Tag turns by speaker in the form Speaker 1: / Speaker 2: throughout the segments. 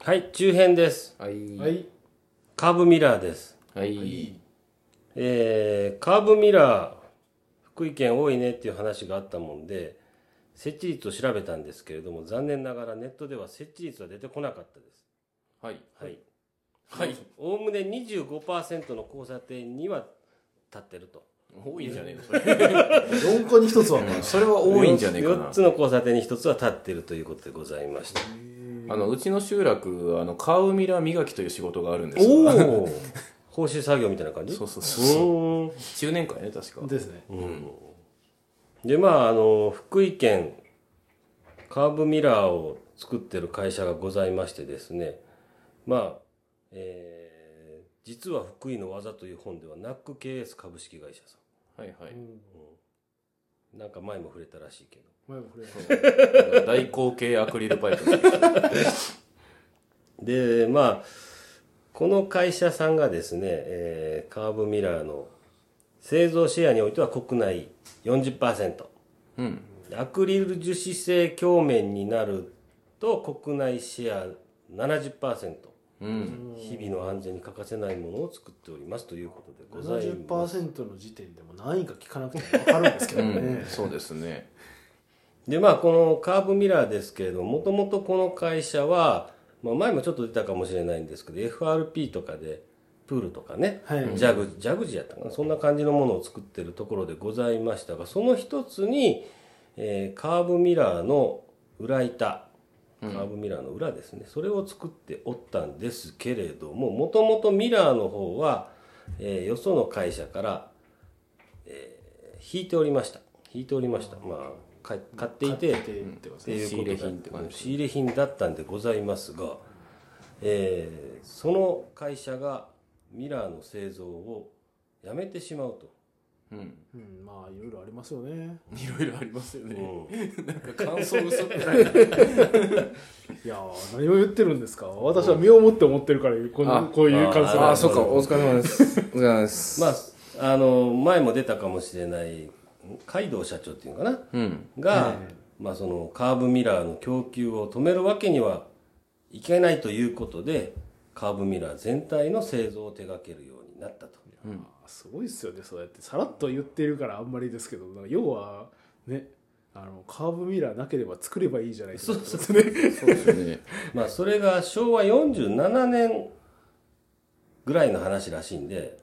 Speaker 1: はい、中編です。
Speaker 2: はい
Speaker 3: はい
Speaker 1: カーブミラーです。
Speaker 2: はい
Speaker 1: えー、カーブミラー、福井県多いねっていう話があったもんで、設置率を調べたんですけれども、残念ながらネットでは設置率は出てこなかったです。
Speaker 2: はい
Speaker 1: はい。
Speaker 2: はい
Speaker 1: おおむね25%の交差点には立ってると。
Speaker 2: 多いんじゃねえのそれ
Speaker 3: 4個に1つはま
Speaker 2: それは多いんじゃねえか
Speaker 1: 4
Speaker 2: な
Speaker 1: つの交差点に1つは立ってるということでございました。
Speaker 2: あ のうちの集落あのカウミラ磨きという仕事があるんですが
Speaker 1: おお報酬作業みたいな感じ
Speaker 2: そうそう
Speaker 1: う
Speaker 2: そう
Speaker 1: ーん
Speaker 2: 中年会ね確
Speaker 3: あ
Speaker 2: か
Speaker 3: ですね
Speaker 1: でまああの福井県カーブミラーを作ってる会社がございましてですねまあ、えー実は福井の技という本ではナック KS 株式会社さ
Speaker 2: はいはい
Speaker 1: んなんか前も触れたらしいけど
Speaker 3: 前もこれ
Speaker 2: 大口径アクリルパイプ
Speaker 1: でまあこの会社さんがですね、えーカーブミラーの製造シェアにおいては国内40%
Speaker 2: うん
Speaker 1: アクリル樹脂製鏡面になると国内シェア70%
Speaker 2: うん
Speaker 1: 日々の安全に欠かせないものを作っておりますということでございます
Speaker 3: 70%の時点でも何位か聞かなくても分かるんですけ
Speaker 2: う
Speaker 3: どね、
Speaker 2: んそうですね
Speaker 1: でまあこのカーブミラーですけれどももともとこの会社は、まあ、前もちょっと出たかもしれないんですけど FRP とかでプールとかね、
Speaker 3: はい
Speaker 1: ジャグジャグジーやったかなそんな感じのものを作ってるところでございましたがその一つに、えーカーブミラーの裏板カーブミラーの裏ですね、それを作っておったんですけれどももともとミラーの方は、えーよその会社から、えー引いておりました引いておりましたまあか買っていて
Speaker 3: 買ってってこと
Speaker 1: っていうこと
Speaker 2: 仕入れ品って感じ
Speaker 1: 仕入れ品だったんでございますが、えーその会社がミラーの製造をやめてしまうと、
Speaker 2: うん
Speaker 3: うん、まあいろいろありますよね
Speaker 2: いろいろありますよ
Speaker 1: う
Speaker 2: ね
Speaker 1: ん
Speaker 2: なんか感想薄っぺらいない
Speaker 3: やー何を言ってるんですか私は身をもって思ってるからこ
Speaker 2: あ
Speaker 3: のこういう感想
Speaker 1: あ
Speaker 3: な
Speaker 1: ー
Speaker 3: ん
Speaker 1: そっかお
Speaker 2: 疲れ様ですお疲れ様です
Speaker 1: まああの前も出たかもしれない海道社長っていうのかな
Speaker 2: うん
Speaker 1: が、まあ、そのカーブミラーの供給を止めるわけにはいけないということでカーブミラー全体の製造を手掛けるようになったと。
Speaker 3: すごいっすよねそうやってさらっと言ってるからあんまりですけどなんか要はねあのカーブミラーなければ作ればいいじゃないですかそうですね
Speaker 2: そうですね
Speaker 1: まあそれが昭和47年ぐらいの話らしいんで、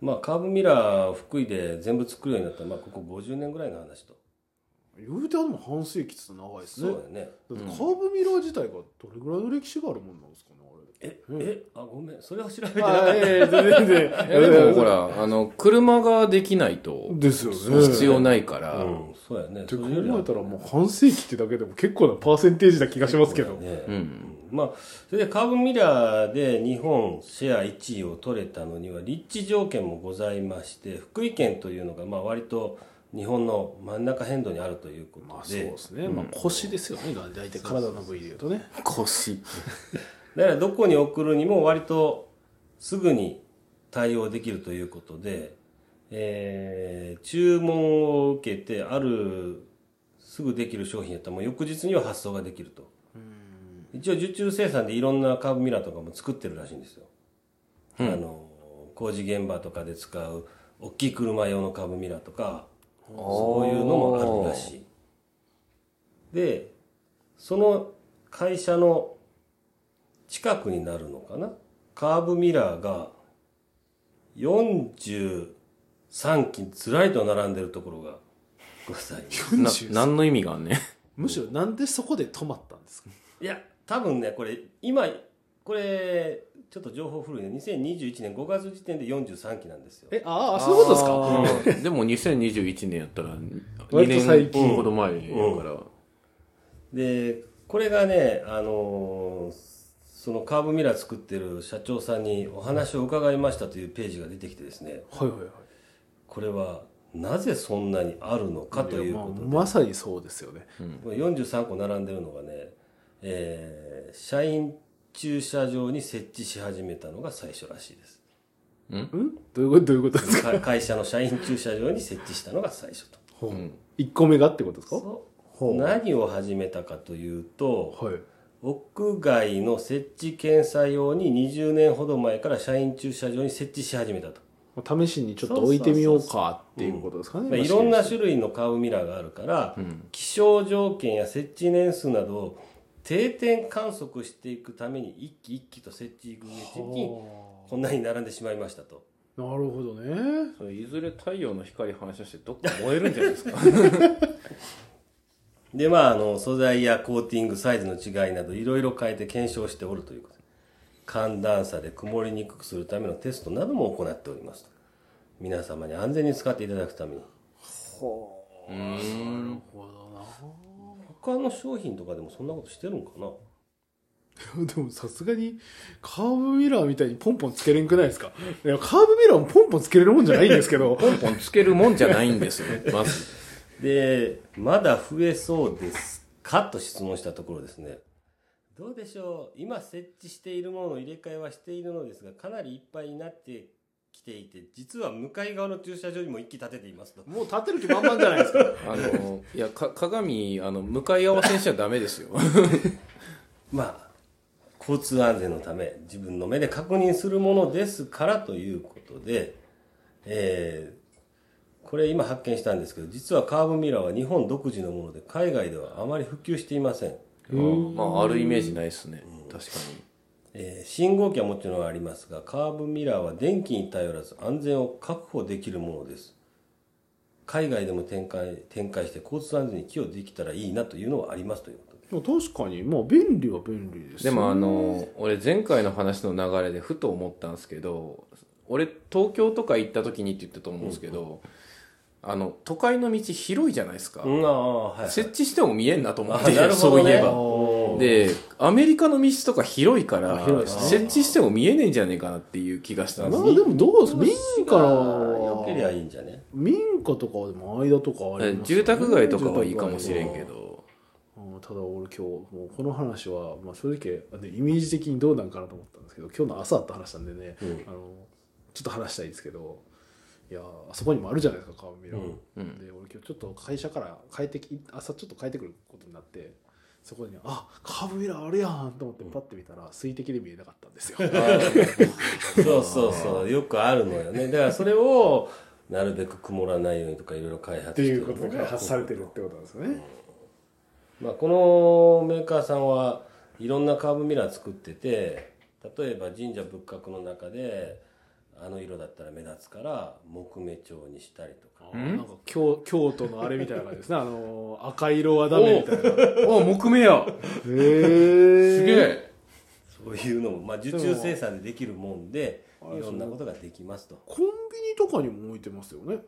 Speaker 1: まあカーブミラー福井で全部作るようになったら、まあここ50年ぐらいの話と。
Speaker 3: 言うてあんの半世紀っつうと長いです
Speaker 1: そ
Speaker 3: ね
Speaker 1: うだよね。
Speaker 3: だってカーブミラー自体がどれぐらいの歴史があるもんなんですかねあれ
Speaker 1: え、え、あ、ごめん、それは調べてなか
Speaker 3: あ
Speaker 1: っ
Speaker 3: いやいや全然全
Speaker 2: い
Speaker 3: 然
Speaker 2: やでもほらあの車ができないと
Speaker 3: ですよね
Speaker 2: 必要ないか
Speaker 1: た。
Speaker 2: ら
Speaker 1: うん、そうやね。
Speaker 3: って考
Speaker 1: それよりは
Speaker 3: えたらもう半世紀ってだけでも結構なパーセンテージな気がしますけど、
Speaker 1: そうだよ
Speaker 2: う
Speaker 1: ね
Speaker 2: ん
Speaker 1: まあ、それでカーブミラーで日本シェア1位を取れたのには立地条件もございまして、福井県というのがまあ割と日本の真ん中変動にあるということで、
Speaker 3: まあそうですね、まあ腰ですよね大体体の部位でいうとね
Speaker 2: 腰
Speaker 1: だからどこに送るにも割とすぐに対応できるということで、えー注文を受けてあるすぐできる商品やったらもう翌日には発送ができると一応受注生産でいろんなカーブミラーとかも作ってるらしいんですよ、あの工事現場とかで使う大きい車用のカーブミラーとかそういうのもあるらしいでその会社の近くになるのかなカーブミラーが43機ずらりと並んでるところがござい ます。
Speaker 2: な何の意味があ んねん
Speaker 3: むしろなんでそこで止まったんですか
Speaker 1: いや、多分ね、これ、今、これ、ちょっと情報古いね。2021年5月時点で43機なんですよ。
Speaker 3: えああそういうことですか
Speaker 2: ですかでも2021年やったら2
Speaker 3: 割と最
Speaker 2: 年
Speaker 3: 近
Speaker 2: ほど前やから
Speaker 1: で、これがね、あのーそのカーブミラー作ってる社長さんにお話を伺いましたというページが出てきてですね、
Speaker 3: はいはいはい
Speaker 1: これはなぜそんなにあるのかという
Speaker 3: まあ
Speaker 1: ことで
Speaker 3: まさにそうですよね、
Speaker 1: これ43個並んでるのがね、えー社員駐車場に設置し始めたのが最初らしいです。
Speaker 3: うん、どういうことどういうことですか
Speaker 1: か会社の社員駐車場に設置したのが最初と。
Speaker 3: 1個目がってことですか
Speaker 1: そう何を始めたかというと、
Speaker 3: はい
Speaker 1: 屋外の設置検査用に20年ほど前から社員駐車場に設置し始めたと。
Speaker 3: まあ試しにちょっと置いてみようかっていうことですかね、
Speaker 1: まあ、いろんな種類のカーブミラーがあるから、気象条件や設置年数などを定点観測していくために一機一機と設置具
Speaker 3: は
Speaker 1: にこんなに並んでしまいましたと。
Speaker 3: あなるほどね
Speaker 2: それいずれ太陽の光反射してどっか燃えるんじゃないですか
Speaker 1: で、まあ、あの、素材やコーティング、サイズの違いなど、いろいろ変えて検証しておるということで寒暖差で曇りにくくするためのテストなども行っておりますと。皆様に安全に使っていただくために。
Speaker 3: ほ
Speaker 2: うーん
Speaker 3: ほど
Speaker 1: 他の商品とかでもそんなことしてるんかな
Speaker 3: なでもさすがにカーブミラーみたいにポンポンつけれんくないですかいやカーブミラーもポンポンつけれるもんじゃないんですけど
Speaker 2: ポンポンつけるもんじゃないんですよ まず
Speaker 1: で、まだ増えそうですかと質問したところですね。どうでしょう今設置しているものの入れ替えはしているのですが、かなりいっぱいになってきていて、実は向かい側の駐車場にも一気立てていますと。
Speaker 3: もう立てる気満々じゃないですか
Speaker 2: あのいやか鏡あの向かい合わせにしちゃダメです よ
Speaker 1: まあ、交通安全のため、自分の目で確認するものですからということで、えーこれ今発見したんですけど、実はカーブミラーは日本独自のもので、海外ではあまり普及していません。
Speaker 2: まああるイメージないですね確かに
Speaker 1: えー信号機はもちろんありますがカーブミラーは電気に頼らず安全を確保できるものです海外でも展開展開して交通安全に寄与できたらいいなというのはありますということで
Speaker 3: まあ確かにまあ便利は便利です
Speaker 2: で
Speaker 3: よ
Speaker 2: もあの俺前回の話の流れでふと思ったんですけど俺東京とか行った時にって言ったと思うんですけど、あの都会の道広いじゃないですか、
Speaker 1: うんああはい
Speaker 2: 設置しても見えんなと思っ
Speaker 1: あ
Speaker 2: て、
Speaker 1: なるほ
Speaker 2: そ
Speaker 1: ど
Speaker 2: うい
Speaker 1: ね
Speaker 2: え
Speaker 1: あ
Speaker 2: ば
Speaker 1: ー
Speaker 2: でアメリカの道とか広いから
Speaker 3: あ広いですね
Speaker 2: 設置しても見えねえんじゃねえかなっていう気がしたんで
Speaker 3: ますあでもどうです民家
Speaker 1: よけりゃ
Speaker 3: はい
Speaker 1: いんじゃね
Speaker 3: 民家とかはでも間とかありますよね
Speaker 2: 住宅街とかはいいかもしれんけど
Speaker 3: うんただ俺今日もうこの話は、まあ、正直あでイメージ的にどうなんかなと思ったんですけど今日の朝あった話なんでね、
Speaker 1: うん
Speaker 3: あのちょっと話したいんですけどいやあそこにもあるじゃないですか川見ラー
Speaker 2: うん
Speaker 3: で俺今日ちょっと会社から帰ってき朝ちょっと帰ってくることになってそこにあカーブミラーあるやんと思ってパッて見たら水滴で見えなか ったんですよ
Speaker 1: そうそうそうよくあるのよねだからそれをなるべく曇らないようにとかいろいろ開発
Speaker 3: っ
Speaker 1: してて
Speaker 3: い
Speaker 1: る
Speaker 3: うことで開発されてるってことなんですよね、
Speaker 1: まあ、このメーカーさんはいろんなカーブミラー作ってて例えば神社仏閣の中であの色だったら目立つから木目調にしたりとか
Speaker 3: あなんか京京都のあれみたいな感じですねあの赤色はダメみたいなへ
Speaker 2: あ木目や
Speaker 3: え
Speaker 2: すげえ
Speaker 1: そういうのも、まあ、受注生産でできるもんで
Speaker 3: でも
Speaker 1: いろんなことができますと
Speaker 3: コンビニとかにも置いてますよね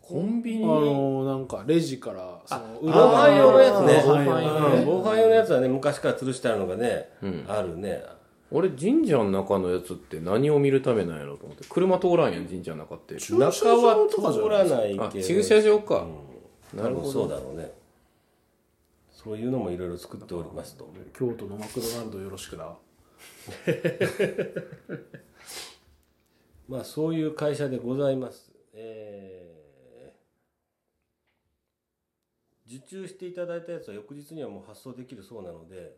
Speaker 2: コンビ
Speaker 3: あ
Speaker 2: ニ
Speaker 3: のなんかレジからその
Speaker 1: 防
Speaker 3: 裏側
Speaker 1: 犯用のやつね
Speaker 3: 防犯用の
Speaker 1: うん防犯用のやつはね昔から吊るしてあるのがね、
Speaker 2: うん
Speaker 1: あるね
Speaker 2: 俺神社の中のやつって何を見るためなんやろうと思って車通らんやん神社の中って
Speaker 3: 駐車
Speaker 1: 中は
Speaker 3: 場とかじゃ
Speaker 1: 通
Speaker 3: ない
Speaker 1: ら
Speaker 3: ですか
Speaker 1: ない
Speaker 2: あ
Speaker 1: けど
Speaker 2: 駐車場か、
Speaker 1: うん
Speaker 2: な
Speaker 1: 多
Speaker 2: るほ
Speaker 1: 分
Speaker 2: ど
Speaker 1: そうだろうねそういうのもいろいろ作っておりますと
Speaker 3: 京都のマクドナルドよろしくな
Speaker 1: まあそういう会社でございます。えー受注していただいたやつは翌日にはもう発送できるそうなので、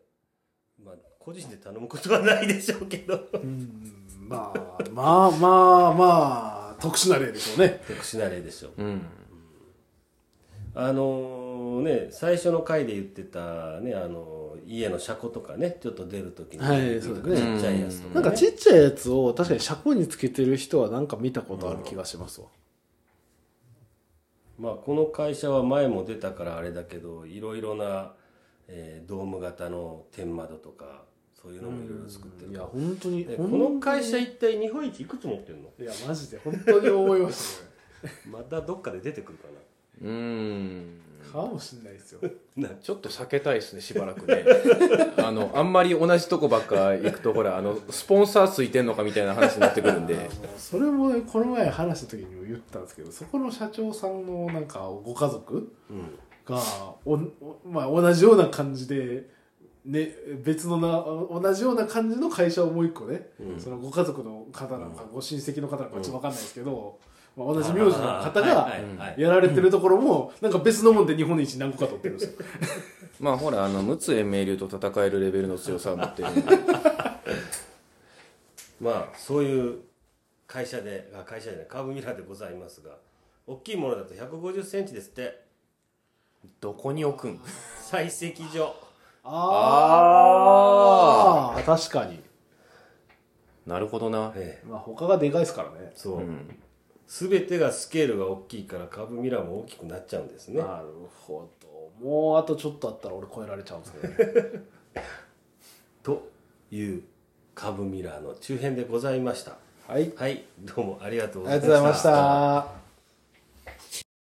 Speaker 1: まあ個人で頼むことはないでしょうけど、
Speaker 3: うんまあまあまあまあ特殊な例でしょうね
Speaker 1: 特殊な例でしょう。
Speaker 2: うん
Speaker 1: あのね、最初の回で言ってたね、あの家の車庫とかね、ちょっと出るときに、
Speaker 3: はいそうだね
Speaker 1: ちっちゃいやつとか、ね、
Speaker 3: なんかちっちゃいやつを確かに車庫につけてる人はなんか見たことある気がしますわ、
Speaker 1: まあ、この会社は前も出たからあれだけどいろいろな、えードーム型の天窓とかそういうのもいろいろ作ってる
Speaker 3: いや
Speaker 1: か
Speaker 3: 本当に
Speaker 1: らで
Speaker 3: ほん
Speaker 1: この会社一体日本一いくつ持ってるの
Speaker 3: いやマジで本当に思いますね
Speaker 1: またどっかで出てくるか
Speaker 2: うーん
Speaker 3: かもしんないですよ
Speaker 1: なな
Speaker 2: ちょっと避けたいですねしばらくね あのあんまり同じとこばっか行くとほらあのスポンサーついてんのかみたいな話になってくるんで
Speaker 3: それもねこの前話した時にも言ったんですけどそこの社長さんのなんかご家族
Speaker 1: うん
Speaker 3: がおおまあ、同じような感じで、ね、別のな同じような感じの会社をもう一個ね、
Speaker 1: うん
Speaker 3: そのご家族の方なのか、ご親戚の方なのかちょっと分かんないですけど、まあ、同じ名字の方が
Speaker 1: はいはいはい
Speaker 3: やられてるところも、なんか別のもんで日本一何個か取ってるんですよ。
Speaker 2: まあほらあの陸奥英明流と戦えるレベルの強さを持ってるんで
Speaker 1: まあそういう会社であ会社じゃないカーブミラーでございますが大きいものだと1 5 0ンチですって
Speaker 2: どこに置くん
Speaker 1: 採石場
Speaker 2: あ
Speaker 3: あー、確かに。
Speaker 2: なるほどな、
Speaker 1: ええ
Speaker 3: まあ他がでかいですからね。
Speaker 1: そう、
Speaker 2: うん、
Speaker 1: 全てがスケールが大きいからカーブミラーも大きくなっちゃうんですね
Speaker 3: なるほど。もうあとちょっとあったら俺超えられちゃうんですけ どね。
Speaker 1: というカーブミラーの中編でございました
Speaker 3: はい。
Speaker 1: はいどうもありがとうござ
Speaker 3: あり
Speaker 1: い
Speaker 3: が
Speaker 1: ま
Speaker 3: と
Speaker 1: し
Speaker 3: う
Speaker 1: た
Speaker 3: ございました。